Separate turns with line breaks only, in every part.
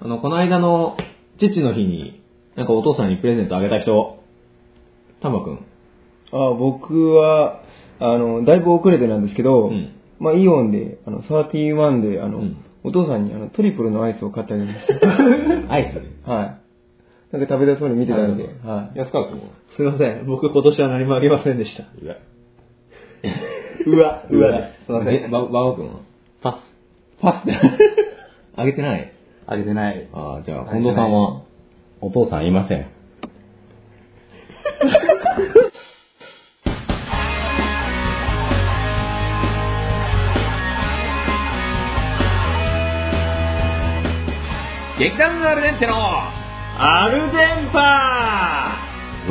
あの、この間の父の日に、なんかお父さんにプレゼントあげた人、たまくん。
あ僕は、あの、だいぶ遅れてなんですけど、
うん
まあ、イオンで、あの、31で、あの、
うん
お父さんにあのトリプルのアイスを買ってあげました。
アイス
はい。なんか食べたそうに見てたんで、は
安川くんも。
すいません。僕今年は何もあげませんでした。
うわ。
うわ、うわです。
すいません。え、ば、ばおくんは
パ
パスで。あげてない
ス。あげてない。
ああ、じゃあ、近藤さんは
お父さんいません。
劇団アルデンテのアルデンパ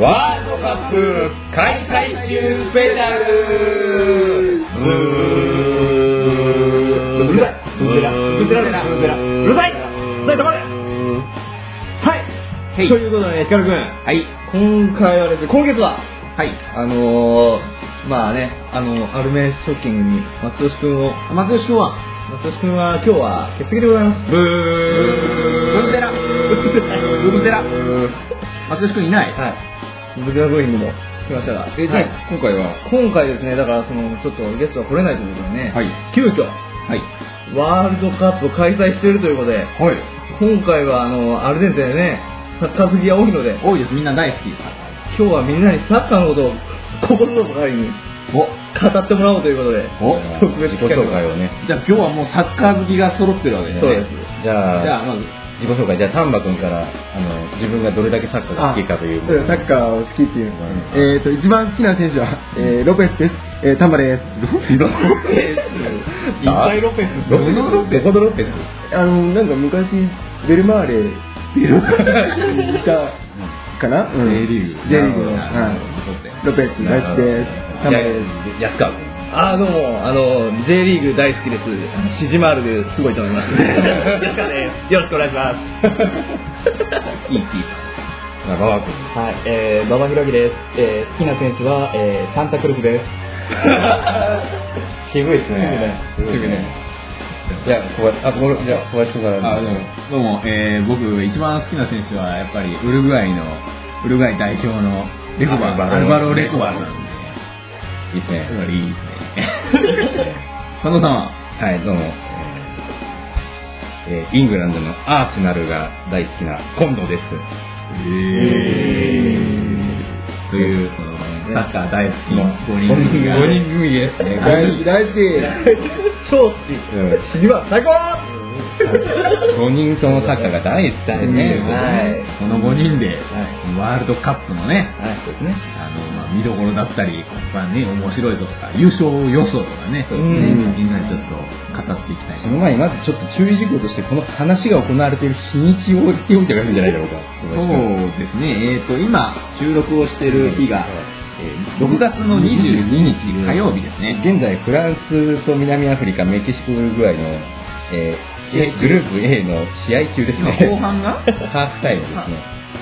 わ
ーカップ開催中スペシャルうるさいうるさいうるさいうるさいうるさいうるさいとこではい
い。ということで、ヒカルくん、
はい
今回はですね、今月は、
はい
あのー、まあね、あの、アルメショッキングに松吉くんを、
松吉君は
松吉くんは今日は欠席でございます。
ブーブブ ゼラブブゼラ 松吉君いない
はい。ブズラブーイングも来ましたが、えじゃあ
はい
今回は今回ですね、だからその、ちょっとゲストは来れないということでね、
はい
急遽、
はい
ワールドカップを開催しているということで、
はい
今回はあの、アルゼンチンでね、サッカー好きが多いので、
多いですみんな大好き
今日はみんなにサッカーのことを心の代わりに語ってもらおうということで、
お
特別
自己
企画
紹介をね。
じゃあ今日はもうサッカー好きが揃ってるわけですね
そうです。
じゃあ、
じゃあまず
自己紹介。じゃあ、丹波君から、あの、自分がどれだけサッカーが好きかという。
サッカーを好きっていう、えっ、と、一番好きな選手は、えーロペスです。えー、タンバです。ロペ
いっぱいロペス。ロペスロペス。どこのロペス
スあの、なんか昔、ベルマーレ、 いたかな、うん、
J リーグ。
J リーグの、
なるほど
は
そうですね
いロペス大好きです。タンバです。
じゃあ安川君。
あー、どうも、あの、J リーグ大好きです。シジマールですごいと思います。ですかね。よろしくお願いします。 いい、いい。
馬場君。
はい、えー、馬場ひろきです。えー、好きな選手は、えー、サンタクルス です。
渋いですね。渋いね。じゃあ、小林、あ、ここじゃあ、小林君から。
あどうもどうも、えー、僕、一番好きな選手は、やっぱり、ウルグアイの、ウルグアイ代表の、レコバ、ア
アル
ル
バ
バ
ロ
ロ・
レ
レ
コ
コ
バ
バ
な
なんん
で
で、
いいですね。
いいですね。佐野さんは
はい、どうも。えーえーイングランドのアーセナルが大好きな今度です。
という、そのサッカー大好きの5人組が、
5人組ですね。
大好き、大好き。超好き。シジマル、最高
5人ともサッカーが大好きでね。
は
この5人で、ワールドカップのね、
い。はい、そうですね。
あの、まあ、見どころだったり、まあね、面白いぞとか、優勝予想とかね、
ん
みんなでちょっと語っていきたい
その前にまずちょっと注意事項として、この話が行われている日にちを言っておいてくださいんじゃないだろうか。
そうですね、えっ、と、今、収録をしている日が、えー6月の22日火曜日ですね。
現在、フランスと南アフリカ、メキシコ、ウルグアイの、えー A グループ A の試合中です
今、
ね。
後半が、
ハーフタイムですね。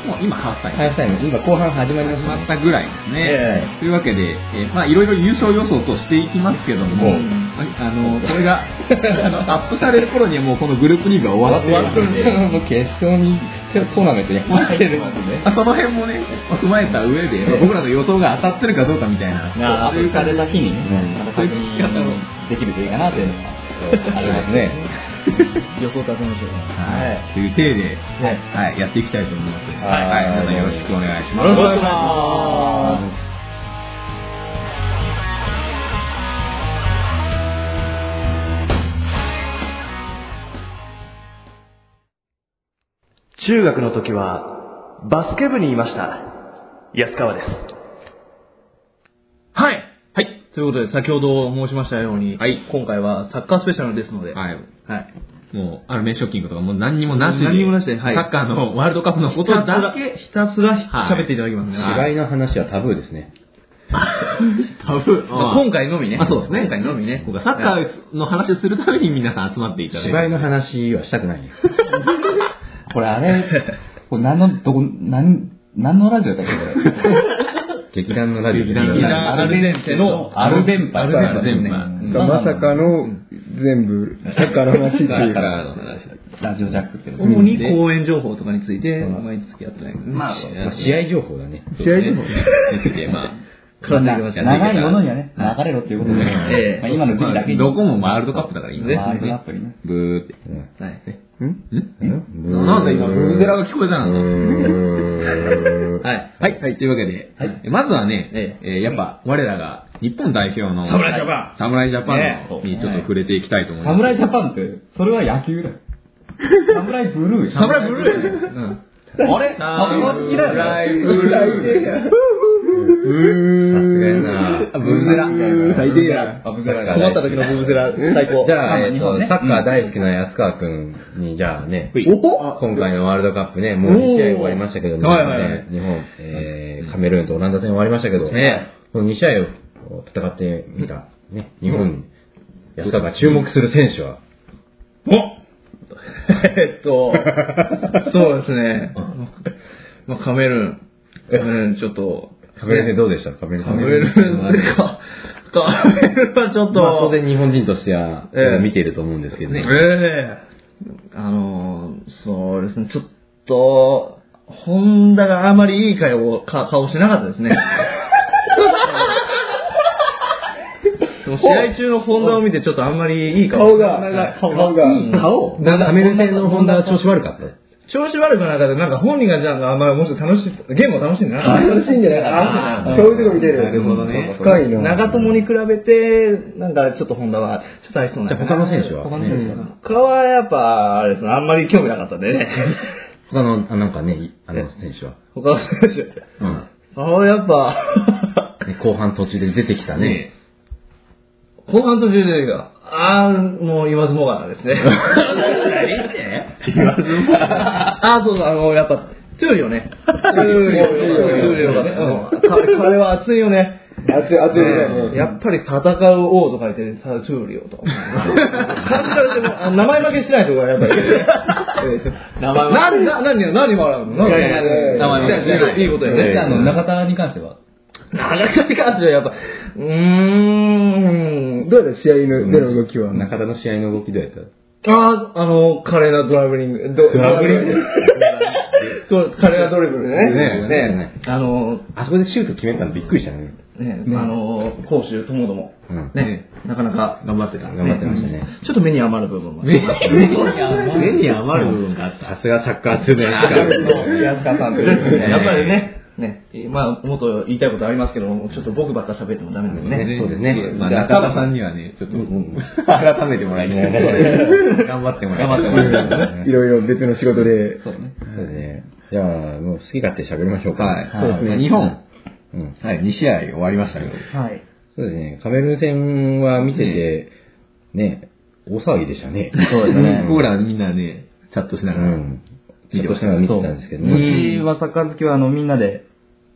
もう今、ハーフタイム。
ハーフタイム、今後半始まりま
始まっ
し
た
たね。
ぐらいですね。
え
というわけで、えーまあいろいろ優勝予想としていきますけども、
うん
はいあのこれが あのアップされる頃にはもうこのグループ2が終わってるんで、
もう決勝に、トーナメントに入ってるんですね。
まあその辺もね、踏まえた上で、僕らの予想が当たってるかどうかみたいな、
なあ、ア
そう
ッ
いう
プさ
感じ
れた日に
うん
ね、また確認できるといいかなというのが
ありますね。
予想立てましょう。
はい、という体で、
はい
はい、やっていきたいと思います。
は
はいい、はい、皆さんよろしくお願いします。
よろしくお願いし
ま
ますす。
中学の時は、バスケ部にいました。安川です。
はいはいということで、先ほど申しましたように、今回はサッカースペシャルですので、
は
は
い
い
もう、あの、名ショッキングとか、もう何にもなしで、
何にもなしではい
サッカーのワールドカップのこ
ひた
と
すら
だけ、、
ひたすら喋っていただきますね。
芝居の話はタブーですね。
タブー。
まあ今回のみね。
あ、そうですね。
今回のみね。
今回サッカーの話をするために皆さん集まっていただいて。
芝居の話はしたくない。
これあれ、 これ何の、どこ、何、何のラジオだっけこれ。
劇団のラジオで
劇団
アルデンテの
アルデンパ
アルデンパ
アルデン
う
パ
ん
まさかの
全部、サッカーの話ってい
だか
う。
らの話。ラジオジャックっての
主に
で
公演情報とかについて、毎月やってないけどね。
まあ
まあ試合情報だね。
試合情報
につ いて、まあ、絡んできましたね
長いものにはね、流れろっていうことで、
ええ
まあ、今の時期だけに。
どこもワールドカップだからいいよね。
ワールドカップにね。
ブーって。
はい。
なんだ今、ブルデラが聞こえた
う
な。
ーん。
はい。はい。というわけで、えまずはね、えーやっぱ、我らが、日本代表の、
侍ジャパン
侍ジャパン
ね
のにちょっと触れていきたいと思います。
侍ジャパンって、それは野球だよ。侍ブルーよ。
侍ブルーうん。
あれ侍好きだよ。
ブルー。さすがやな。
ブブゼラ。
最低や。
アブゼラが。
困った時のブーゼラ、最高。
じゃあ、
まあ
えっ
日
と
本ね
サッカー大好きな安川くんに、じゃあね、
お
今回のワールドカップね、もう2試合終わりましたけど、日
おー
本
はいはいは
ね日本、えーカメルーンとオランダ戦終わりましたけど、
ね
この2試合を戦ってみた、ね、日本、安川が注目する選手は、
お えっと、そうですね。まあ、カメルーン。カメルーン、ちょっと、
カメルーン戦どうでしたカメルーン
カ
戦
メルーンか、カメルーンはちょっと、
まあ当然日本人としては、
ええ
見ていると思うんですけど
ね
ね。
ええあのー、そうですね、ちょっと、ホンダがあまりいい顔をか顔してなかったですね。 でも試合中のホンダを見て、ちょっとあんまりいい顔
顔が、顔が、
顔なんかアメリカ戦のホンダは調子悪かった。
調子悪くなかったなんか本人がなんかあんまりもし楽しい、ゲームを楽しんでなかった。
楽しいんじゃないかな。そういうとこ見てる。なるほどね。深いの。
長友に比べて、なんかちょっと本田は、ちょっとありそうな。
じゃあ他の選手は
他の選手は他はやっぱ、あれですね、あんまり興味なかったんで ね。
他の、あなんかね、いあの選手は。
他の選手。ああ、やっ ぱ、
ね後半途中で出てきたね。
後半途中でが、ああ、もう言わずもがな ですね。 ああ、そうそう、あの、やっぱ、トゥーリオね。トゥーリオ、トゥーリオがね。うん彼彼は熱いよね。
熱い、熱いね。
やっぱり戦う王と書いてる、さトゥーリオと。感じからでも、あ名前負けしないとこがやっぱり。名前何、な何よ、何笑うの何
いやいやいや
何
名前負けしない
いいことや
じゃあ、あ
ね。
の、中田に関しては
長谷に関してはやっぱ、うーん、
どうやった試合のでの動きは。
中田の試合の動きどうやった
ああ、あの、華麗なドラブリング。ドラブリング華麗なドリブルね。
ね
ねあの、
あそこでシュート決めたのびっくりしたね。
ね、あの、攻守ともども
うん。
ね、なかなか頑張ってた。
頑張ってましたね。
ちょっと目に余る部分もありました。目に
目に余る部分があった。
さすがサッカー通のや つ
安川さんという
ですねやっぱりね。ね、まあ、もっと言いたいことありますけども、ちょっと僕ばっか喋ってもダメなんでね。
そうですね。
まあ、中田さんにはね、ちょっと、
改めてもらいたい。頑張ってもらいたい。頑張ってもらいた
いろいろ別の仕事で。
そうですね。じゃあ、もう好き勝手喋りましょうか。
はい。
はい
日本、
うん
はい、2試合終わりましたけど。
はい。
そうですね。カメルーン戦は見てて、ね、大騒ぎでしたね。
そうですね。
僕らみんなね、チャットしな
う
がら、
ん。ちょっとしたの見てたんですけど
うちはサッカー好きは、あの、みんなで、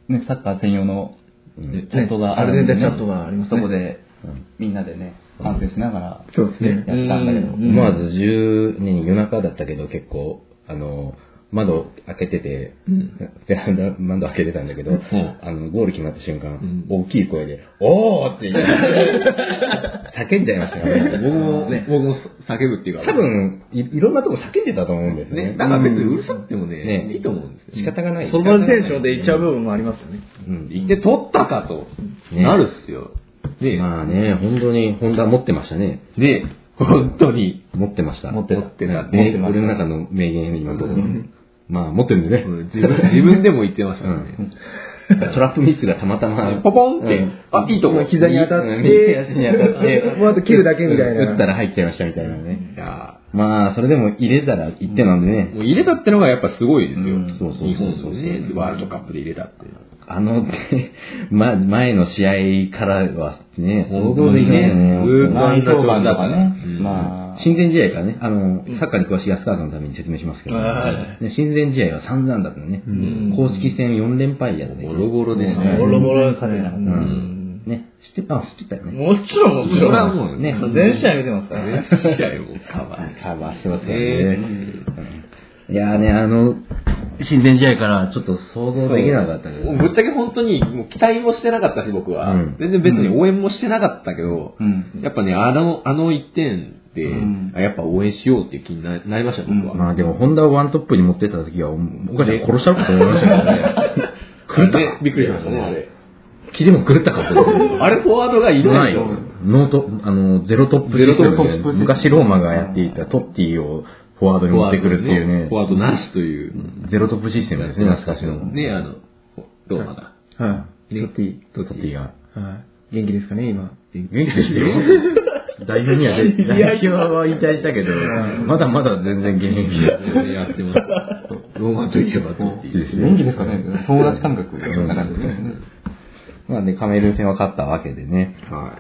ね、サッカー専用の
うん
チャットが
あ
あ
れ
るん
で
で、
ね
ね、
チャットがありますね
そこで
うん、
みんなでね、反省しながら、
そうですね。
やったんだけど、
うん
思わず10年夜中だったけど結構あの窓開けてて、ベランダ窓開けてたんだけど、あのゴール決まった瞬間、大きい声で「おー!」って言って 叫んじゃいましたからね
僕も、僕も叫ぶっていうか、
多分いいろんなとこ叫んでたと思うんですよ
ね、
ね
だから別にうるさくてもね、
ね
いいと思うんですよ。
仕方がない
そこのテンションでいっちゃう部分もありますよね。
うん
行って取ったかと、
ね
なるっすよ。で、
まあね本当にホンダ持ってましたね
で、本当に、
持ってました
持ってた
た
持ってました
俺の中の名言今のところまあ持ってるんでね、
うん自分、自分でも言ってましたもんね。
トラップミスがたまたま、
ポポンって
うん
あいいとこ
膝に当たっ
う
て、
ん
右足に当たって、
もうあと切るだけみたいな
うん打ったら入っちゃいましたみたいなね。
いや
まあ、それでも入れたら1点なんで
ー
ね、
もう入れたってのがやっぱすごいですよ。
んそうそうそう
日本のね、ワールドカップで入れたって。
あの、ま、前の試合からはね、
本
想
当
像で
に
きない
ね
よね。
ずーっと
まあ、
あんな調
評
子だ
判
った
とかね、まあ、
親善試合からね、あの、サッカーに詳しい安川さんのために説明しますけど、
は
ね親善試合は散々だったのね、
ん
公式戦4連敗やって、
ボロボロでしたね
ボロボロですね。
んね、知って、あ、知ってたよね。
もちろん、もち
それ
ろ
は
ん。
もうね、
ね
全試合見てますからね。
全試合をカバー。
カバーしてますか
え
らね。うんいやーね、あの、親善試合からちょっと想像できなかったけど。
ぶっちゃけ本当にもう期待もしてなかったし、僕は。
うん
全然別に応援もしてなかったけど、
うん。
やっぱね、あの、あの一点で、
うん
あやっぱ応援しようっていう気にななりました、僕は。
まあでも、ホンダをワントップに持ってった時は、おお母ちゃん殺したろかと思いましたけど ね。狂った
ねびっくりしましたね、あれ。
気でも狂ったかと思う。
あれ、フォワードがいな
ない
い
よ
よ。。
ノート、あの、ゼロトップ
ゼロトップ
システムで昔ローマがやっていたトッティをフォワードに持ってくるっていうね
フォ、ワードなしという。
ゼロトップシステムですね、懐かしの。
ね、あの、ローマが。
は
ね、トッ
トッティが。
い。はい。元気ですかね、今。
元
元気でしたよ。 代表には出、代表は引退したけど、まだまだ全然現役です。
やってます。ローマといえばトッティですね。
元気ですかね友達感覚の中でね。
まあね、カメルーン戦は勝ったわけでね、ま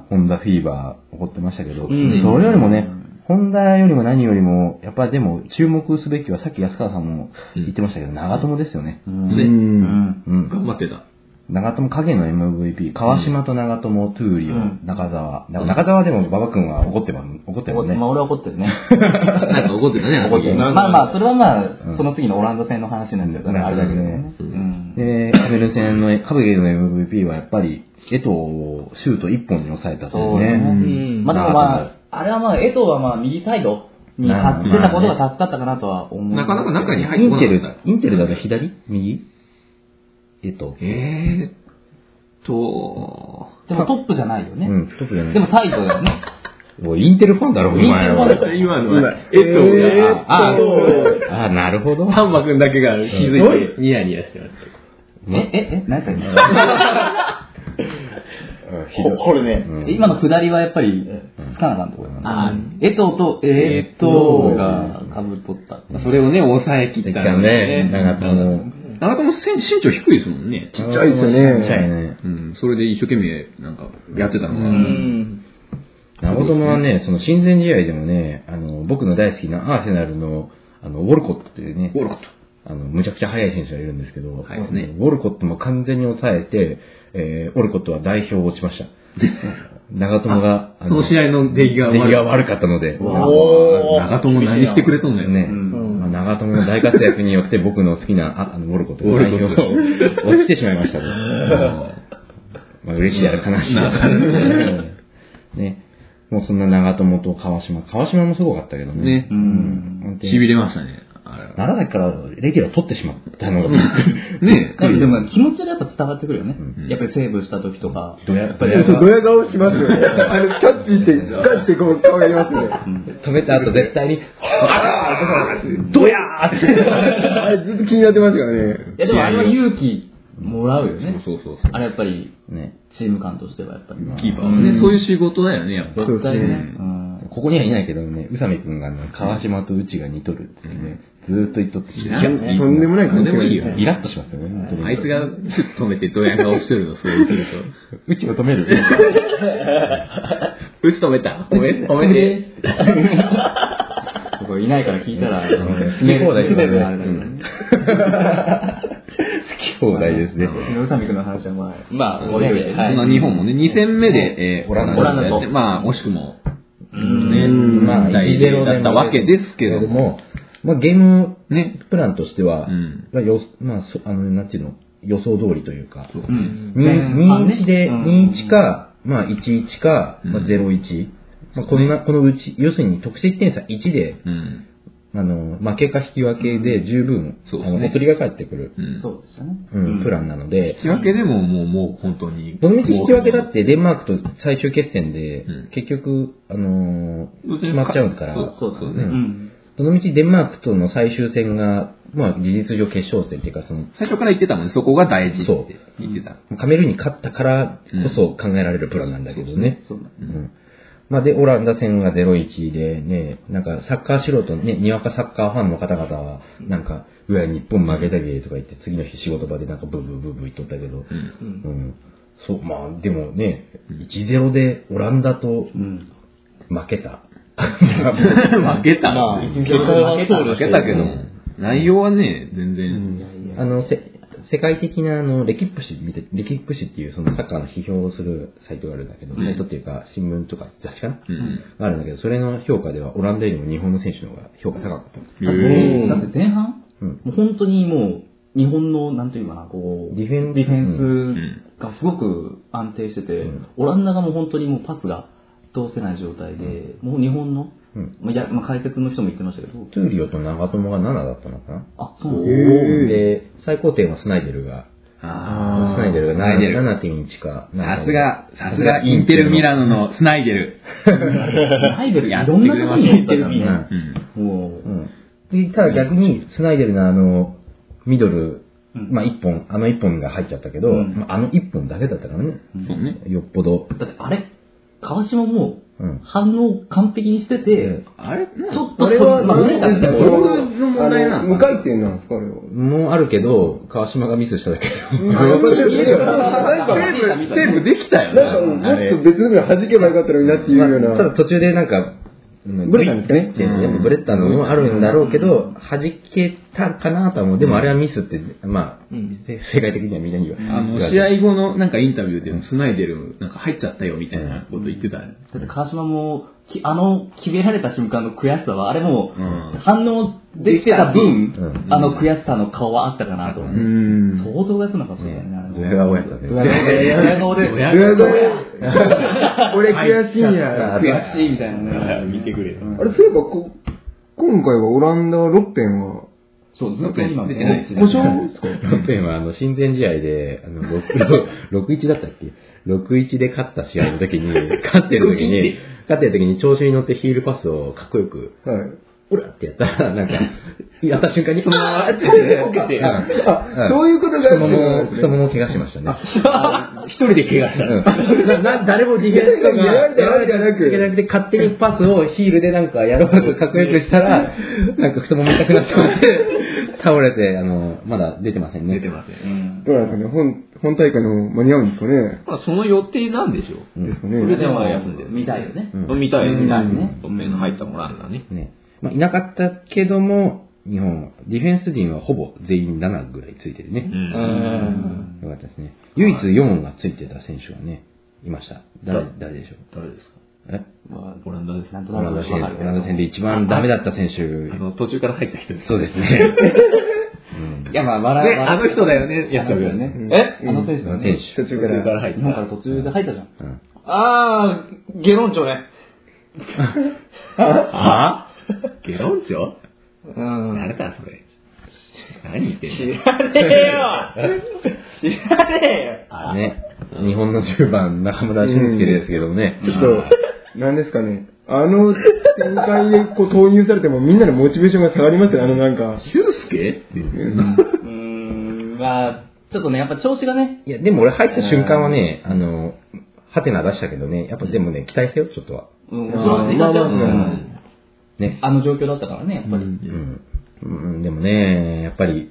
あ、ホンダフィーバー起こってましたけど、それよりもね、ホンダよりも何よりも、やっぱでも注目すべきは、さっき安川さんも言ってましたけど、長友ですよね。
うん。
うん。
頑張ってた。
長友影の MVP、川島と長友、トゥーリオ、
うん
中澤。だから中澤でも馬場君は怒ってば、怒ってるもんね。
まあ俺は怒ってるね。
なんか怒ってたね、あ
怒
の
って
時
る。。まあまあ、それはま
うん
あ、その次のオランダ戦の話なんだけどね、あれだけどね。
う
うん。
で、カメルーン戦の、カブゲの MVP はやっぱり、江藤をシュート1本に抑えたっていう
そうだね。
ね。
まあでもまあ、あれはまあ、江藤はまあ、右サイドに張ってたことが助かったかなとは思う。
なかなか中に入っ
イ
て
ン
こ
テ
な
ル
かっ、
インテルだと左右江藤。
た。えーっと、
でもトップじゃないよね
う。ん、トップじゃない。
でもサイドだよね。
おいインテルファンだろ、お前は。
今のは、え
えっと
っと、あ、
ああ、なるほど。
丹馬くんだけが気づいてニヤニヤしてまし
え、え、え、何やっ
これね
た今の下りはやっぱり、つかなかったところ
あ
あ江藤と、えーっと、が、かぶっとった。
た。それをね、抑えき
で
っ
き
た
た
の
ね。
ね。
長友。
長友選身長低いですもんね。
ち
っちゃいですよね
ちっちゃいね。
うん、それで一生懸命なんかやってたのが、
うん。
長友はね、その親善試合でもね、あの、僕の大好きなアーセナルの、あの、ウォルコットっていうね
ウ、ォルコット。
あの、むちゃくちゃ速い選手がいるんですけど、
速いですね
ウォルコットも完全に抑えて、えー、ウォルコットは代表を落ち ました。長友が、あ
その試合の出来が悪い
出来が悪かったので、
おー
長友何してくれとんだよ
ね、
ね。
まあ、長友の大活躍によって僕の好きな、ああの、ウォルコットの代表
ウォルコ
を落ちてしまいま したね。まあ、嬉しいやら悲しいやら。 ね。もうそんな長友と川島。川島もすごかったけどね。
ね
う。ん。本当
痺
に
れましたね。あれは
奈良崎からレギュラー取ってしまったのがびっくり、
ね
でも気持ちがやっぱ伝わってくるよね。やっぱりセーブした時とか。
どや
やっぱり
そう、ドヤ顔しますよ ね。あの、キャッチして、ガッてこう、顔やりますよね。
止めた後絶対に、
ドヤーって。あれ、ずっと気になってますからね。
いやでもあれは勇気もらうよね。
そうそうそう。
あれやっぱり、
ね、
チーム感としてはやっぱり。
キーパーはね、そういう仕事だよね、やっぱ。
そうですね。
うん。
ここにはいないけどね、宇佐美くんがね、川島と内が似とるってね、ずーっと言っとって、
い
イ
や
いや、とんでもない
とんでもいいよ
ラッとしますよね、本当に
あいつがシュッと止めてドヤ顔してるの、それ見てる
うちを止める。
と。 うち止めた。止め、止めて。
僕いないから聞いたら、
好き放題ですね。うん好き放題ですね。
宇佐美君の話はまあ、まあ、
この日本もね、2戦目で、えーオランダ
オランダと
でまあ、惜しくも、
うん。
ね、
まあ、
第
1-0
1
で
だったわけですけども、
も、まあ、ゲーム
ね、
プランとしては、
うん
まあ、よまあ、そあの、なんていうの、予想通りというか、
そう
うん。
2-1で、
うん
2-1か、まあ、1-1か、ま
う
あ、
ん
0-1。まあ、こんな、このうち、要するに得失点差1で、
うん。
あの、負けか引き分けで十分、
そうで
あ
すね
の、お釣りが返ってくる、
うん
そうですよね。
うんプランなので、
引き分けでももう、もう本当に。
どのみち引き分けだってデンマークと最終決戦で、
うん
結局、あのー決まっちゃうから、
そうそうそう
う
ね。
ん。
どのみちデンマークとの最終戦が、まあ事実上決勝戦っていうか、その、
最初から言ってたもんね、そこが大事っ
そう
て言ってた。
カメルーンに勝ったからこそ考えられるプランなんだけどね。
そうだね。
うんまあで、オランダ戦が0-1でね、なんかサッカー素人、ね、にわかサッカーファンの方々は、なんか、うわ、日本負けたけとか言って、次の日仕事場でなんかブーブーブーブー言っとったけど、
うん
う。
うんん。そう、まあでもね、1-0でオランダと
うん。
負けた。
負けた。
まあ
結果は負けた負けたけど、内容はね、全然。
あの、せ世界的なあの、レキップ誌見て、レキップ誌っていうそのサッカーの批評をするサイトがあるんだけど、サイトっていうか新聞とか雑誌かな、
うん
があるんだけど、それの評価ではオランダよりも日本の選手の方が評価高かった。
だって前半
うん
もう本当にもう、日本の、なんていうかな、こう、
ディフェン
ディフ
うん
ェンスがすごく安定してて、
うん
オランダがもう本当にもうパスが通せない状態で、もう日本の、
うん
まあいやまあ、解説の人も言ってましたけど、
トゥーリオと長友が7だったのかな
あ、そうなんだ
で、最高点はスナイデルが、ス
あ
ナイデルが
スナイデル
7.1か。
ーさすが、さすがインテルミラノのスナイデル。
アイドル
やっ
やい
て
ろ
く
ん
れ
な
ますね
とこに行ってる
う
ね
ん。
うん。
もう、
うん。で、ただ逆に、スナイデルのあの、ミドル、
うん
まあ一本、あの一本が入っちゃったけど、
うん
まああの一本だけだったからね。
そうね。
よっぽど。
だってあれ、川島も
うん
反応完璧にしてて、
あれな
ちょっと、
あれは、
まあ、俺らって
あの
こ
あの無回転なんですか、あれは。
もうあるけど、川島がミスしただけど。
なんか、
セーブできたよ
なんかもうも
な。あ
っ
れ
と別の分弾けばよかったのになっていうような。
まあただ途中でなんか、うん
ブレたんですね
グイッてやっぱブレたのもあるんだろうけど、弾けたかなとは思う。でもあれはミスって、まあ、せ世界的にはみんなに言われ
あの、試合後のなんかインタビューでもスナイデルなんか入っちゃったよみたいなこと言ってたよね。
だって川島も、きあの、決められた瞬間の悔しさは、あれも
うん、
反応できた分
う、
あの悔しさの顔はあったかなと。
ん。
相当がすなかったね。あれ
ドヤ顔やったね。
えードヤ顔で、
いやこれ俺悔しいんや。あれ、
悔しいみたいなね。
見てくれよ。
そういえば、こ今回はオランダはロッペンは、
そう、ずっと今、
出てない
し
故障ですか
本編はあの、親善試合で、あの、6 6-1だったっけ ?6-1 で勝った試合の時 に、勝ってる時に、勝ってる時に調子に乗ってヒールパスをかっこよく、
はい。
オラってやった ら、なんか、やった瞬間に、そのままって受けて、
あ、そういうことがあ
太
っ
も
て
も、太ももを怪我しましたね。
一人で怪我した。
うんなな誰もディフェンスとか、
やられたわけじゃな
やられたわ
く
けじゃなくて、勝手にパスをヒールでなんか、やろうとかっこよくしたら、なんか太もも痛くなっちまって、倒れて、あの、まだ出てませんね。
出てません。
どうなんですかね、本、本大会の間に合うんですかね。
まあ、その予定なんでしょう。
うん
です
それ
ね。
でも休んでる。
見たいよね。
うん
見たい
見たいね
本命の入ったもらんだね。
ね。まあ、いなかったけども、日本、ディフェンス陣はほぼ全員7ぐらいついてるね。
うん。
よかったですね。唯一4がついてた選手がね、いました。誰、誰でしょう
誰ですか
え
まあ、オランダです。
なんと
オラ
な
ン
く
ダ
わ
戦、オ
かるけ
ランダ戦
ど。
で一番ダメだった選手
あ、の、途中から入った人です。
そうですね。
いや、まあ、笑い は。
あの人だよね、やったよね。え
あの選手だね。
途中から。
から入っ
日本から途中で入ったじゃん。
うん
あー、ゲロンチョね。
あゲロンチョ
うん。
誰だそれ。何言ってん
知
の
らねえよ知らね
ね、日本の10番、中村俊輔ですけどもね、
ちょっと、なんですかね。あの展開でこう投入されてもみんなのモチベーションが下がりますよ、あのなんか。
俊介って。
うーん、まあ、ちょっとね、やっぱ調子がね、
いや、でも俺入った瞬間はね、あの、ハテナ出したけどね、やっぱでもね、期待せよ、ちょっとは。
うん、
まあ
そうですね
まあまあ
うん
うん
ね。
あの状況だったからね、やっぱり。
うん。うん、でもね、やっぱり、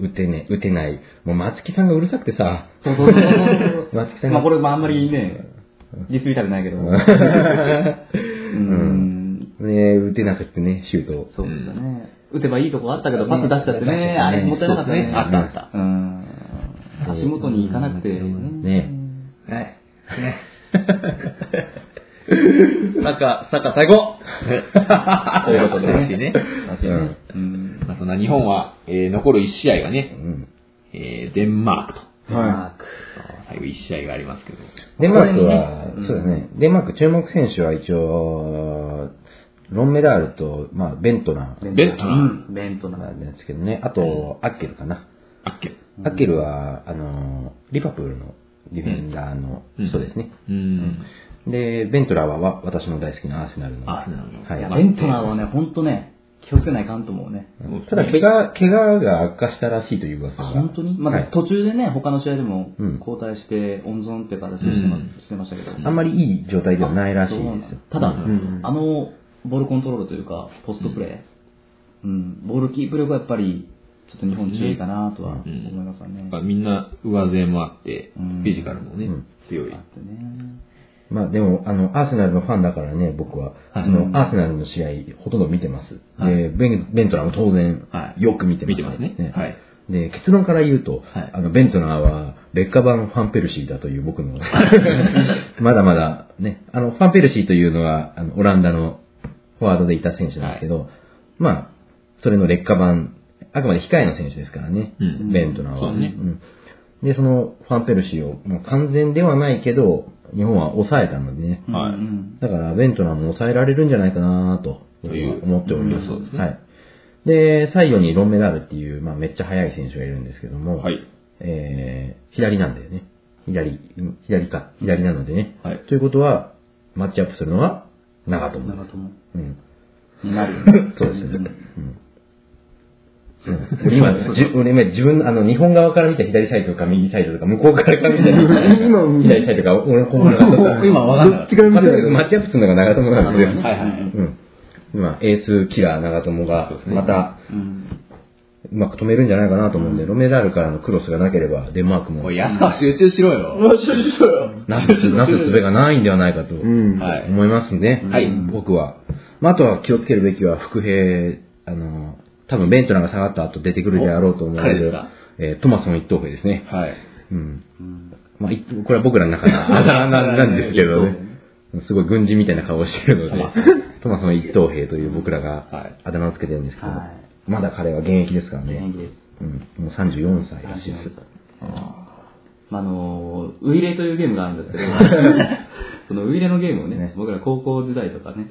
打てね、打てない。もう松木さんがうるさくてさ、
そうそうそうそう。
松木さん
ま
が
あ、これ、まあ、あんまりね、ディスりたくないけど。うーん。
ね、打てなくてね、シュートを。
そうですね。打てばいいとこあったけど、パス出しちゃって
出しちゃって
ね、
ね
あれもったいなかった
そうです
ね。。
ねあったあった
うん。足元に行かなくて。
ね。
はい。
サッカー、サッカー最高ということで、らしいね。らしいね。
うん。
まあ、そんな日本は、えー残る1試合が
う
ね、
ん。
えーデンマークと、
は
最後1試合がありますけど、
デンマークは、そうだね、デンマーク注目選手は一応、ロンメダールと、まあ、ベントラン
ベント
う
ナー、
ん。ベントな。
なんですけどね、あと、アッケルかな。
あっけ。
アッケルは、あの、リバプールのディフェンダーの
うん
人ですね。
うん。
で、ベントラーはわ私の大好きなアーセナルの。
アーセナルの
はいい
や、ベントナーはね、ほんとね、気をつけないかんと思うね。
うんただ、怪我、怪我が悪化したらしいという噂
あ、
が。
本当にま
は
あ、
い
途中でね、他の試合でも
うん
交代して、温存っていう形をしてま
うん
してましたけど。
あんまりいい状態ではないらしい
そうな
で
ん
すよ。
ただ、
ん
あのボールコントロールというか、ポストプレー、うんボールキープ力はやっぱり、ちょっと日本注意かなとは思いますよね。
まあみんな上背もあって、フ
うん
ィジカルもね、
うん
強い
あ。ってね
まあでも、あの、アーセナルのファンだからね、僕は、あの、アーセナルの試合、ほとんど見てます。
はい
で、ベンベントラーも当然
は、い
よく見てま
見
す。
てますねはい
で、結論から言うと、
はい
あの、ベントラーは、劣化版ファンペルシーだという 僕の、まだまだ、ね、あの、ファンペルシーというのは、あの、オランダのフォワードでいた選手なんですけど、まあ、それの劣化版、あくまで控えの選手ですからね、
うん
ベントナーは。
そうだね
んで、そのファンペルシーをもう完全ではないけど、日本は抑えたのでね、
はい
うん
だからベントナーも抑えられるんじゃないかなと
いう
思っております。
うんそうですね
はい。で、最後にロンメダルっていう、まあ、めっちゃ速い選手がいるんですけども、
はい。
えー、左なんだよね。左、うん左か、左なのでね。
はい
ということは、マッチアップするのは、長友
長友
うん。
になるよね。
そうですね。うん。うん今、じゅ俺今自分、あの、日本側から見た左サイドか右サイドとか、向こうから見た
今
左サイドか、俺の方から見た
今わかんな
ど
い
っ。ちから見
まあとにか
て
く
る
マッチアップするのが長友なんです
は
よ。
いはいはい。
うん。今、エースキラー長友が、また、
うん。
うまく止めるんじゃないかなと思うんで、ロメダールからのクロスがなければ、デンマークも、
おい、安川集中しろよ。
なすす、なすすべがないんではないかと
ん
はい
思いますね。
はい
僕は。まあ、あとは気をつけるべきは、伏兵、あの、多分ベントナーが下がった後出てくるであろうと思うの
彼で
で、
すか
えートマソン一等兵ですね。
はい。
うん。まあ、いこれは僕らの中のあだ名ななんですけどね。すごい軍人みたいな顔をしてるので、トマソン一等兵という僕ら
は
が
い
あだ名をつけてるんですけど、
は
まだ彼は現役ですから
い。元
ね
気。です。
うん。もう34歳らしいです。
まああのウイレというゲームがあるんですけど、そのウイレのゲームをね
ね、
僕ら高校時代とかね、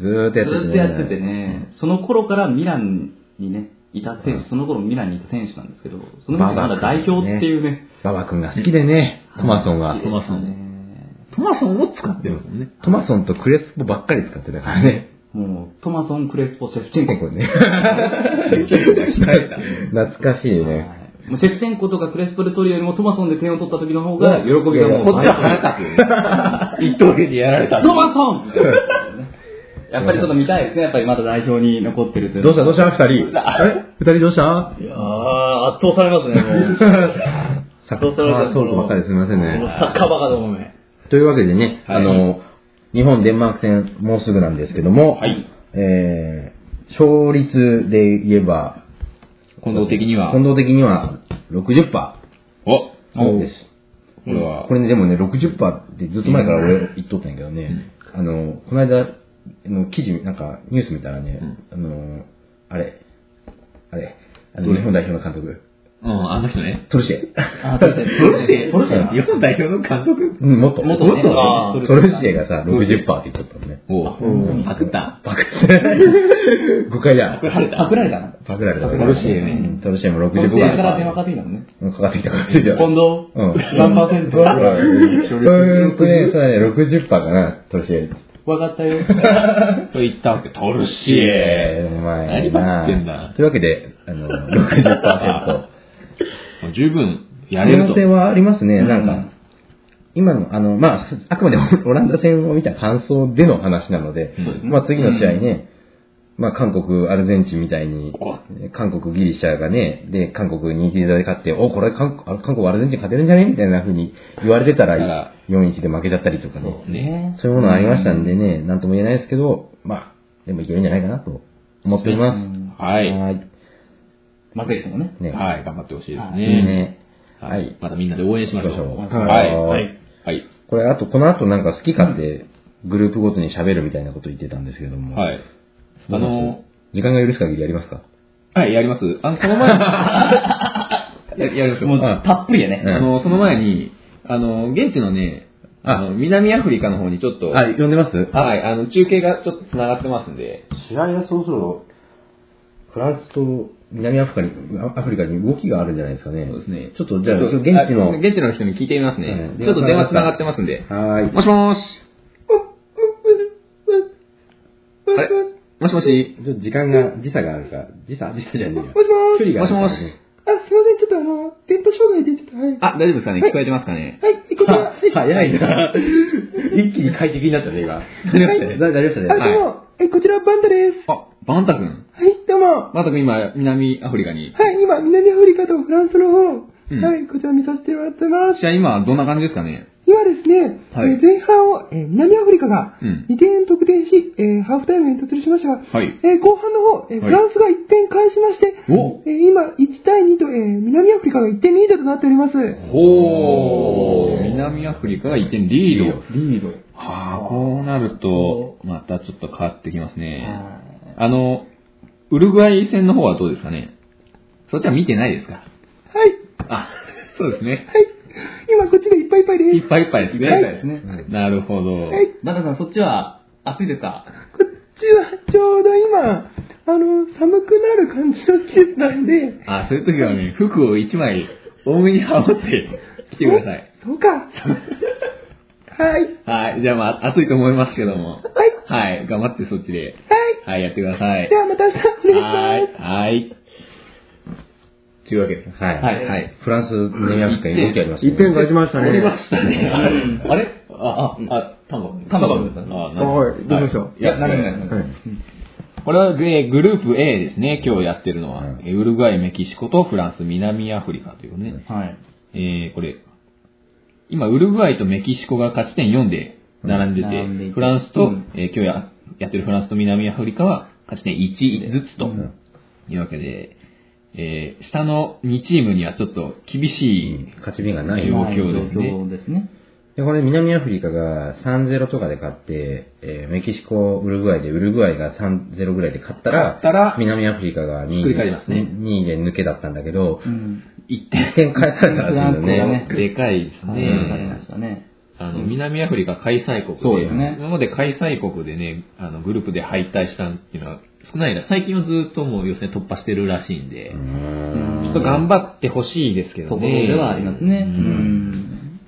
ずーっ
ず
とやってて
っとやっててね、その頃からミランにね、いた選手、その頃ミランにいた選手なんですけど、その人まだ代表っていうね、
馬場君が好きでね、トマソンが。
トマソン。トマソンを使ってるもんね。
トマソンとクレスポばっかり使ってたからね。
もうトマソン、クレスポ、シェフチェンコ
結構ね。懐かしいね。
もうシェフチェンコとかクレスポで取るよりもトマソンで点を取った時の方が喜びがもう。
こっちは腹立つよ。一等兵にやられた。
トマソン やっぱりちょっと見たいですね。やっぱりまだ代表に残ってるという。
どうしたどうした二人。あれ二人どうした
いやー、圧倒されますね、もう。
サッカ
どうしたどうした
ートークばっかりですみません
もう
ね。
サッカーバカどもめ。
というわけでね、
はい
あの、日本デンマーク戦もうすぐなんですけども、
はい
えー、勝率で言えば、
近藤的には。
近藤的には60%
お
です。
これは
こ、れね、でもね、60%ってずっと前から俺言っとったんやけどね、あの、この間の記事、なんかニュース見たらね、あの、あれ、あれ、あの日本代表の監督、
うん、あの人ね。
トルシエ。
あ、確かに。
トルシエトルシエ日本代表の監督
うん、もっと。
元
も
ね
っと
あー
トルシエがさ、60%って言っちゃったのね。
おうパクった
パクって。誤解だ。
パクられたな。
パクられた。
トルシエね
うん。トルシエも
この
65%。
上から電話かかってきたもんね。
うんかかってきたから近藤うん。
何パーセント
うんとね、そうだね、60%かな、トルシエ。
わかったよ。
と言ったわけ。トルシ
ええ、お前
何
な
バカ言ってんだ
というわけで、あの、60%。
十分 や
可
れる
能
と
性。はありますね。なんか、今の、あの、まあ、あくまで オランダ戦を見た感想での話なので、まあ、次の試合ね、まあ、韓国、アルゼンチンみたいに、韓国、ギリシャがね、で、韓国2点で勝って、お、これ韓国、韓国、アルゼンチン勝てるんじゃねみたいな風に言われてたら、4-1で負けちゃったりとかね。
ね。
そういうものありましたんでね、なんとも言えないですけど、まあ、でもいけるんじゃないかなと思っております。
はい。
はい。
マクレスもね。
ね。
はい、頑張ってほしいです
い。
ね。
ね。
は
はい
い。またみんなで応援しましょう。
行きましょう
はい。
は
はいい。はい。
これ、あと、この後なんか好き勝手、グループごとに喋るみたいなこと言ってたんですけども。
はい。
ど
あ
うします
の、
時間が許す限りやりますか
はい、やります。あの、その前に、ややりましょう。
もう
あ
たっぷりやね。
うん
あの、その前に、あの、現地のね、あの、南アフリカの方にちょっと、
あ、呼んでます
はい、あの、中継がちょっと繋がってますんで、
試合はそろそろ、フランスと南アフリカに、アフリカに動きがあるんじゃないですかね。
そうですね。
ちょっと、じゃあ、
ちょっと
現地の
あ。現地の人に聞いてみますね。
うん
ちょっと電話繋がってますんで。
はーい。
もしもーし。あれもしもし。
ちょっと時間が、時差があるから、時差時差じゃねえよ。距離があるからね
もしもしあ、大丈夫ですかね聞こえてますかね
早いな。一気に快適になったね、今。なりましたね。なりましたね。
はい
え、こちらバンタです。
あ、バンタ君。
はい、どうも。
バンタ君今、南アフリカに。
はい、今、南アフリカとフランスの方、
うん
はい、こちら見させてもらってます。
試合今、どんな感じですかね
今ですね、
はい
えー前半を、えー南アフリカが
うん
2点得点し、えーハーフタイムに突入しましたが、
はい。
えー後半の方、えー
は
フ
い
ランスが1点返しまして、
お
えー今、1対2と、えー南アフリカが1点リードとなっております。
ほー。南アフリカが1点リード。
リード。
はあ、こうなると、またちょっと変わってきますね。あの、ウルグアイ戦の方はどうですかねそっちは見てないですか
はい。
あ、そうですね。
はい。今こっちでいっぱいいっぱい
い
で
っ
す。
ぱいいっぱいですね。
いっぱいいっぱい
ですね
はいなるほど。
はい。
マダさん、そっちは暑いですか
こっちはちょうど今、あの、寒くなる感じの季節なんで、
あ、そういう時はね、服を一枚多めに羽織って来てください。
そうか。はい。
はい。じゃあまあ、暑いと思いますけども。
はい。
はい。頑張ってそっちで。
はい。
はい、やってください
で。はまた明日お願いします。
はい。はい。というわけで。
はい
はい。はい。
フランス南アフリカに動きありました
一変化しましたね。
降りましたね。あれあ、あ、あ、タンバブン。タンバブン。あ、
あはいどうしましょう
いや、なるほど。
はい。
これは、えーグループ A ですね、今日やってるのは。
うん
えーウルグアイ、メキシコとフランス、南アフリカというね。
はい。
えー、これ、今、ウルグアイとメキシコが勝ち点4で並んでて、
並んでいて
フランスと、
うん
えー今日ややってるフランスと南アフリカは勝ち点1ずつと、
うん
いうわけで、えー、下の2チームにはちょっと厳しい、
勝ち目がない。
状
で、
況ですね
状況ですね。
これ南アフリカが3-0とかで勝って、えーメキシコ、ウルグアイで、ウルグアイが3-0ぐらいで勝ったら、
たら、
南アフリカが2
ひっくり返りますね
位で抜けだったんだけど、
うん。
1
1
点。
点返されたらしいんだよ
フランスが
ね
ね。
でかいです
はいわかりま
ね
し。たね。
あの、南アフリカ開催国で、
そうですね
今まで開催国でね、あの、グループで敗退したっていうのは少ないな。最近はずっともう予選突破してるらしいんで、
うん
ちょっと頑張ってほしいですけ
と
ど
ころ
ね。
ではありますね。う
うん
ん。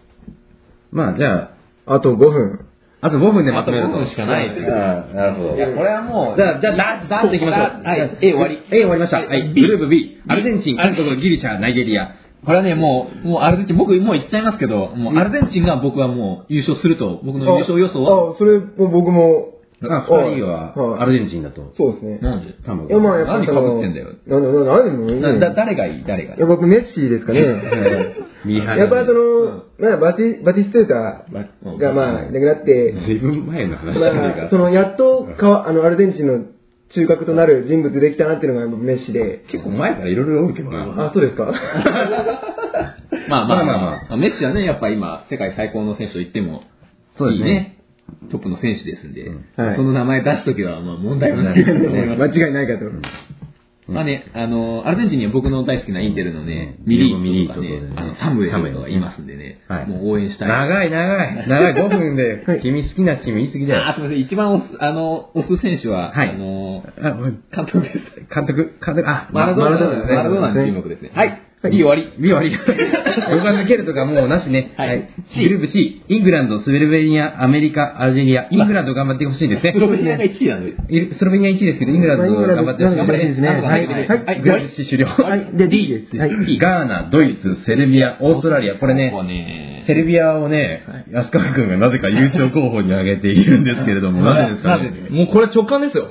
まあじゃあ、
あと5分。
あと5分でまとめる
あと
と。
5分しかないという
ああなるほど。
これはも
じゃあ、じゃあ、ダーッダーッといきましょう。
はい
じゃあ A 終わり。A 終わりました。はい。グループ B。アルゼンチン、韓国、ギリシャ、ナイジェリア。
これはね、もう、もうアルゼンチン、僕もう言っちゃいますけど、もうアルゼンチンが僕はもう優勝すると、僕の優勝予想は、
あ、それも僕も、
あ、
はい
2人は
はい
アルゼンチンだと。
そうですね。
なんで
韓国。
いや、まあ、やっぱ
何被ってんだよ
なんだ、なんだ、なんだ、なんだ、
だ誰がいい誰がい
いや、僕、メッシで すかね。
ミーハー
やっぱその、まあ、バティ、バティストゥー
バうん
タが、まあ、亡くなって、
随分前の話
ま
だ
あ
ね
まあ、その、やっとかわ、あの、アルゼンチンの中核となる人物できたなっていうのがやっぱメッシで。
結構前からいろいろ多いけどな。
あ、そうですか。
いまあまあ
ま
ま
あ
あ
まあ
まあ、メッシはね、やっぱ今、世界最高の選手と言っても、
そうで
い
す
い
ね
ね。トップの選手ですんで、
はい
その名前出すときは、まあ問題はないかと思います。
間違いないかと。
まあね、あの、アルゼンチンには僕の大好きなインテルのね、
うん
ミリートとか
ミリ
ね
ートと、か
あ
ね
の、サムエルとかがいますんでね
はい、
もう応援したい。
長い長い。長い5分
は
で。
い
君好きなチーム言い過ぎだ
あ、
よ。
すみません、一番押す、あの、押す選手は、
はい
あの、
あ、ごめん
監督です。
監督、監督、あ、
マラドーナですね。マラドーナの
ね
注目ですね。はい。いい終わり。
見終わり。 動画抜けるとかもうなしね。
はい
グループ C、イングランド、スロベニア、アメリカ、アルジェリア。イングランド頑張ってほしいですね。
スロベニアが1位なので。
いるスロベニア1位ですけど、イングランド頑張ってほしい
頑張ってほしいですね
はい。
はい
はい。グラッシュ終了。
はい、で、D です。はい。
ガーナ、ドイツ、セルビア、オーストラリア。これ
ここ
ね、
ね
セルビアをね、安川くんがなぜか優勝候補に挙げているんですけれど も、なぜですかね。
う、もうこれ直感ですよ。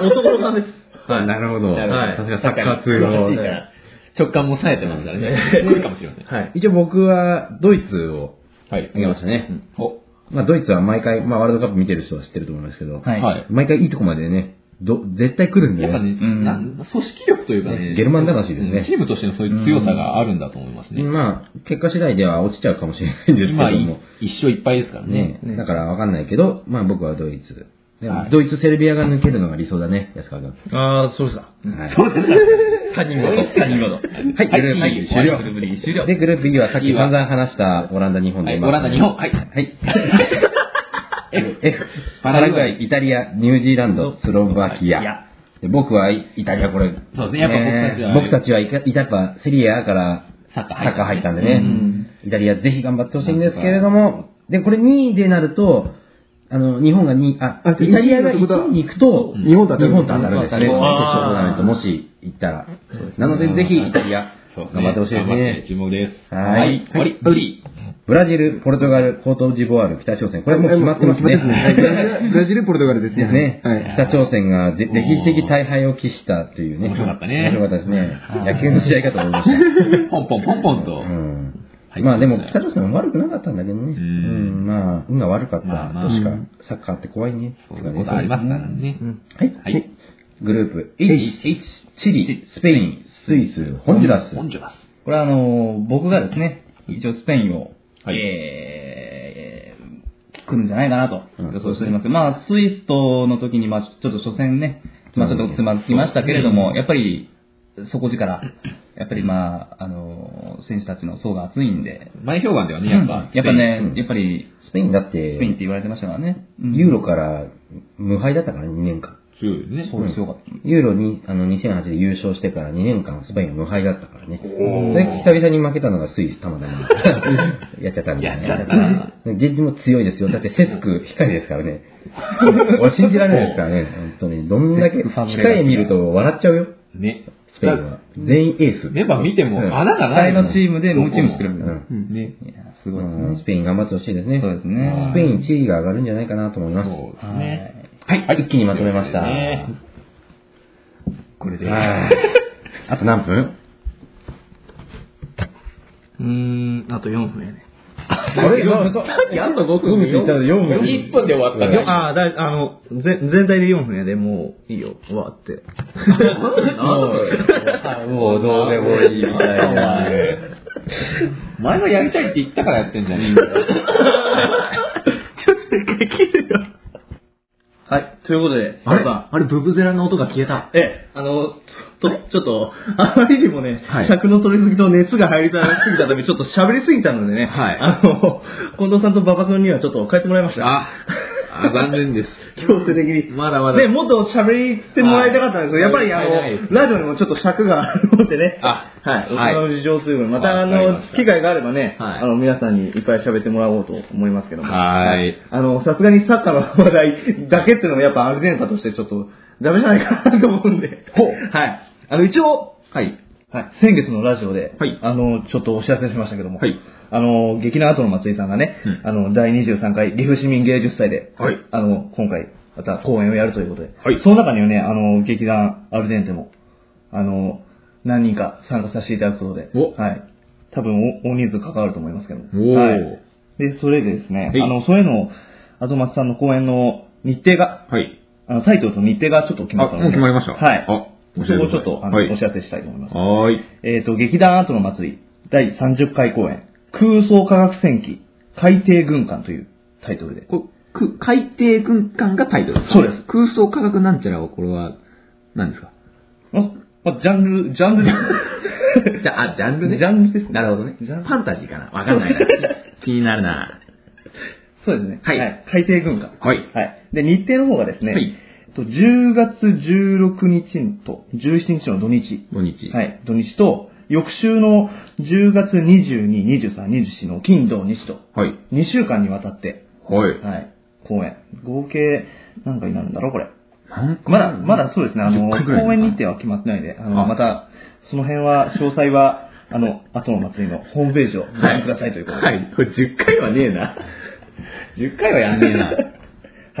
男の感です。
はい、なるほど。はい。さすがサッカー通の
詳しいから直感も冴えてますからね。来るかもしれません。
はい。一応僕はドイツを
はい。
挙げましたね。
お、
まあ、ドイツは毎回、まあ、ワールドカップ見てる人は知ってると思いますけど、
はい
はい
毎回いいとこまでね、ど絶対来るんで
やっぱね、
ね、
ん
なん組織力というかね、
ゲルマン魂ですね
チームとしてのそういう強さがあるんだと思いますね。
まあ、結果次第では落ちちゃうかもしれないんですけ
今、
ど
い
も、
一勝いっぱいですから
ね
ね。
だからわかんないけど、まあ僕はドイツ。でも
はい
ドイツ、セルビアが抜けるのが理想だね、安川君。
あー、そうですか。
はい
そうですね。
3人
ご と
3人ごと。はい、グループ E 終了。で、グループ E はさっき散々話したオランダ、日本
は
で
い、
今
オランダ、日本。はい。
はい。F、パラグアイ、イタリア、ニュージーランド、スロバキア。で僕はイイタリア、これ。
そうですねやっぱ僕たちは
ね僕たちはイタイタやっぱセリアから
サッ
サ
カー
ッカー入
入
っ
ったたん
んで
で
ね
ね、
イタリアぜひ頑張ってほしいんですけれども、で、これ2位でなると、あの、日本が2位、あ
あ、
イタリアが1位に行くと、
日本と当たる
日本と当たるんですね。決勝トーナメント、
あ
もし行ったら。なので、ぜひイタリア、
そうです
頑張ってほしいです
頑張って
ね。
注目です。
はい
終わり。ブリ
ブラジル、ポルトガル、コートジボワール、北朝鮮。これもう決まってます
決まってますねはいブラジ
ね。
ルブラジル、ポルトガルです
です
ね
ね。。
はい。
北朝鮮がぜ歴史的大敗を喫したというね。
面白かったね
面白かったですね。野球の試合かと思いました。
ポンポンポンポンと。
うん
はい
まあでも北朝鮮は悪くなかったんだけどね。うんん。まあ、運が悪かった
まあまあ
としか、サッカーって怖いね。
そういうことありますからね。
はい。
はい。
グループ H、H、チリ、スペイン、スイス、ホンジュラス。
ホンジュラス。
これはあのー、僕がですね、一応スペインを、
はい
えー、来るんじゃないかなと
うん
予想しております。まあ、スイスとの時に、まあ、ちょっと初戦ね、まあちょっとつまずきましたけれども、やっぱり、底力、やっぱりまああの、選手たちの層が厚いんで、
前評判ではね、やっぱ、
やっぱね、やっぱり、
スペインだって、
スペインって言われてましたからね。うん
ユーロから無敗だったから2年間。
強いよね。
そうですよかった。
ユーロにあの2008で優勝してから2年間スペインは無敗だったからね。で、久々に負けたのがスイス、たまたま。 やっちゃったみたいな。やっちゃった。現地も強いですよ。だってセスク、控えですからね。俺信じられないですからね。本当に。どんだけ、控え見ると笑っちゃうよ。
ね。
スペインは。全員エース。
メンバー見ても
うん
穴がな
前
い
のチームでもうチーム作る
う
みたいな。
ん。
ム。ね。
いや、すごいです
うん
ね。
スペイン頑張ってほしいですね。
そうですね
スペイン地位が上がるんじゃないかなと思います。
そうですね。
はい。一気にまとめました。
ねこれで。
はいあと何分
うーん、あと4分やね。
あれさっきあと5分って言ったの4分。
1分で終わったね。
ああ、だい、あの、ぜ全体で4分やで、もう、いいよ、終わって。
もうどうでもいいみたいな。
前もやりたいって言ったからやってんじゃね
はい、ということで、
あれ
皆さ
あれ、ブブゼラの音が消えた。
んええ、あの、と、ちょっと、あまりにもね、
はい
尺の取りすぎと熱が入りすぎたため、ちょっと喋りすぎたのでね、
はい
あの、近藤さんと馬場君にはちょっと帰ってもらいました。
あ、あ残念です。
強制的に。
まだまだ
ね、もっと喋ってもらいたかったんですけど、やっぱりあの
はいはい、
ラジオにもちょっと尺があるのでね。
あ
はい。
はい
大人の事情というのまたあ
わかり
の
まし、た
機会があればね、
はい
あの、皆さんにいっぱい喋ってもらおうと思いますけども。
はい。
あの、さすがにサッカーの話題だけっていうのもやっぱアルゼンサとしてちょっとダメじゃないかなと思うんで。はい。あの、一応、はい。先月のラジオで、
はい
あの、ちょっとお知らせしましたけども、
はい
あの、劇団後の松井さんがね、あの、第23回、岐阜市民芸術祭で、
はい
あの、今回、また公演をやるということで、
はい
その中にはね、あの、劇団アルデンテも、あの、何人か参加させていただくことで、
お
はい。多分お、大人数関わると思いますけども
おー
はい。で、それでですね、
はい
あの、そういうの、あと松さんの公演の日程が、
はい。
あの、タイトルと日程がちょっと決まったの
あも
で、
う決まりました
はい。
あ
そ
教えてください
こをちょっと、あの、
はい
お知らせしたいと思います。
はーい。
えっ、と、劇団アートの祭り、第30回公演、空想科学戦記、海底軍艦というタイトルで。
こく海底軍艦がタイトル
そうです。
空想科学なんちゃらはこれは、何ですか
あ、まあ、ジャンル、ジャンル で
じゃあ、ジャンルね。
ジャンルですね
なるほどね。フ
ジャンル
ァンタジーかなわかんないな。 気になるな。
そうですね。
はい
海底軍艦。
はい。
はい。で、日程の方がですね、
はい
えっと10月16日と17日の土日、
土日。
はい、土日と、翌週の10月22、23、24の金、土、日と、
はい。
2週間にわたって、
はい。
はい、公演。合計、何回になるんだろう、これ。
なんか
まだ、まだそうですね、あの、
10回ぐらい
公演日程は決まってないんで、あの、
あ
また、その辺は、詳細は、あの、後の祭りのホームページをご覧くださいということで。
は。い。これ10回はねえな。10回はやんねえな。
は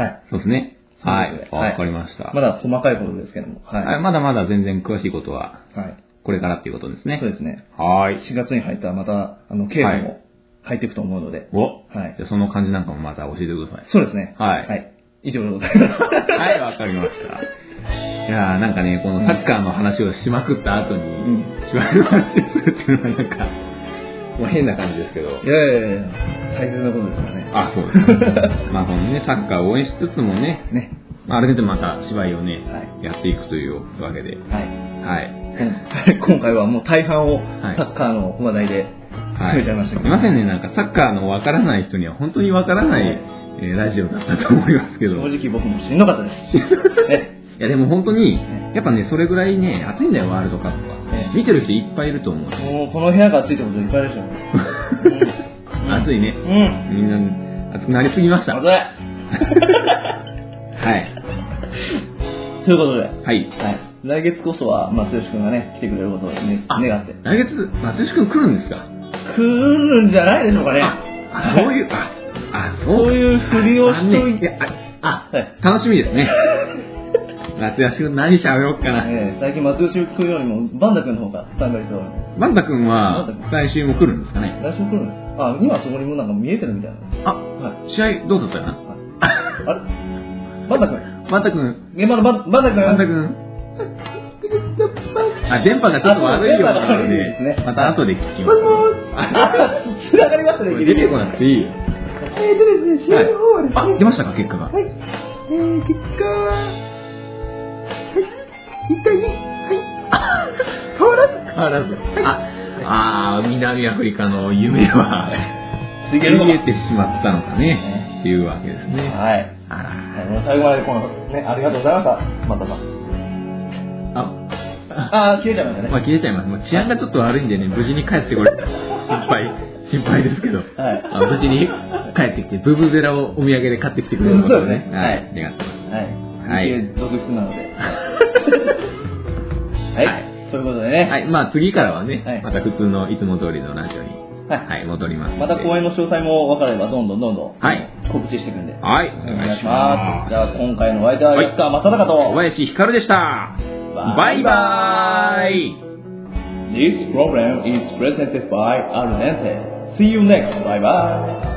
い。
そうですね。は
そうです
い。
ねはい
わかりました。
まだ細かいことですけども。はい。
はいまだまだ全然詳しいことは、
はい。
これからっていうことですね。
そうですね。
はーい。
4月に入ったらまた、あの、稽古も入っていくと思うので。
お
はい
じゃあその感じなんかもまた教えてください。
そうですね。
はい
はい。以上でございます。
はい、わかりました。いやーなんかね、このサッカーの話をしまくった後に、しばらく話するっていうのはなんか、まあ変な感じですけど
い。やいやいや大切なことですからね。
あ、そうです。まあ、ほんとね、サッカーを応援しつつもね、
ね。
まあ、ある程度また芝居をね、
は
やっていくというわけで、
はい。
はい。
今 今回はもう大半を
い
サッカーの話題で
は
詰めちゃいました
す
け
い
ど。
ませんね、なんかサッカーのわからない人には本当にわからない、えーラジオだったと思いますけど。
正直僕もしんどかっ たです。ね
いやでも本当に、やっぱね、それぐらいね、暑いんだよ、ワールドカップは
え。
見てる人いっぱいいると思う。
もうこの部屋がついてこといっぱいでしょ。
暑いね。
うん。
みんな、暑くなりすぎました。
ま
は
ず
い。
い。ということで、
はい。
はい。来月こそは松吉くんがね、来てくれることをね願って。
来月、松吉くん来るんですか
来るんじゃないでしょうかね。
あ、そういう、あ、あ、
そういうふりをしといて。
あねやあ、
はい
あ楽しみです ね。松吉くん何喋ろうかな。
ええ最近松吉君よりもバンダ君の方が参加しそうなんで
バンタくんは
バンタ、
来週も来るんですかね。
来週来るのあ今そこにもなんか見えてるみたいな
あ、
は
試合どうだったかな
あれバンダ君
バンタくん、
現場のバンバンダ君
バンタく ん。あ、電波がちょっと悪いようなの
あそう電波が悪い
で、
ですね
また後で聞きま
も
す
し。もーし 繋がりましたね
出てこなくていいよ。
えっとですね試合の方はですね
あ、出ましたか、結果が。
はいえー、結果ははい
わらず。あ、あー南アフリカの夢 は、逃げてしまったのかね、っていうわけですね。
はい。
あら。
もう最後までこの、ね、ありがとうございました。またさん。
あ、
あー、消えちゃいましたね。
まあ切れちゃいます。もう治安がちょっと悪いんでね、無事に帰ってこれ、心配、心配ですけ ど、
はい
あ無事に帰ってきて、ブブゼラをお土産で買ってきてくれることを
そうです
ね、
ねはい
願ってます。
は。
はいい
理系続出な ので。はい。ということでね。
はい、まあ次からはね、
はい
また普通のいつも通りのラジオに、
はい
はい、戻りますんで。
また公演の詳細も分かれば、どんどんどんどん
はい
告知していくんで。
はい、
お
お
願
願
い
い
し
し
ま
ます
す。じ。ゃあ、今回のお相手は安川正隆と、
小林ひかるでした。バイバーイ
This program is presented by Arnente. See you next. Bye bye.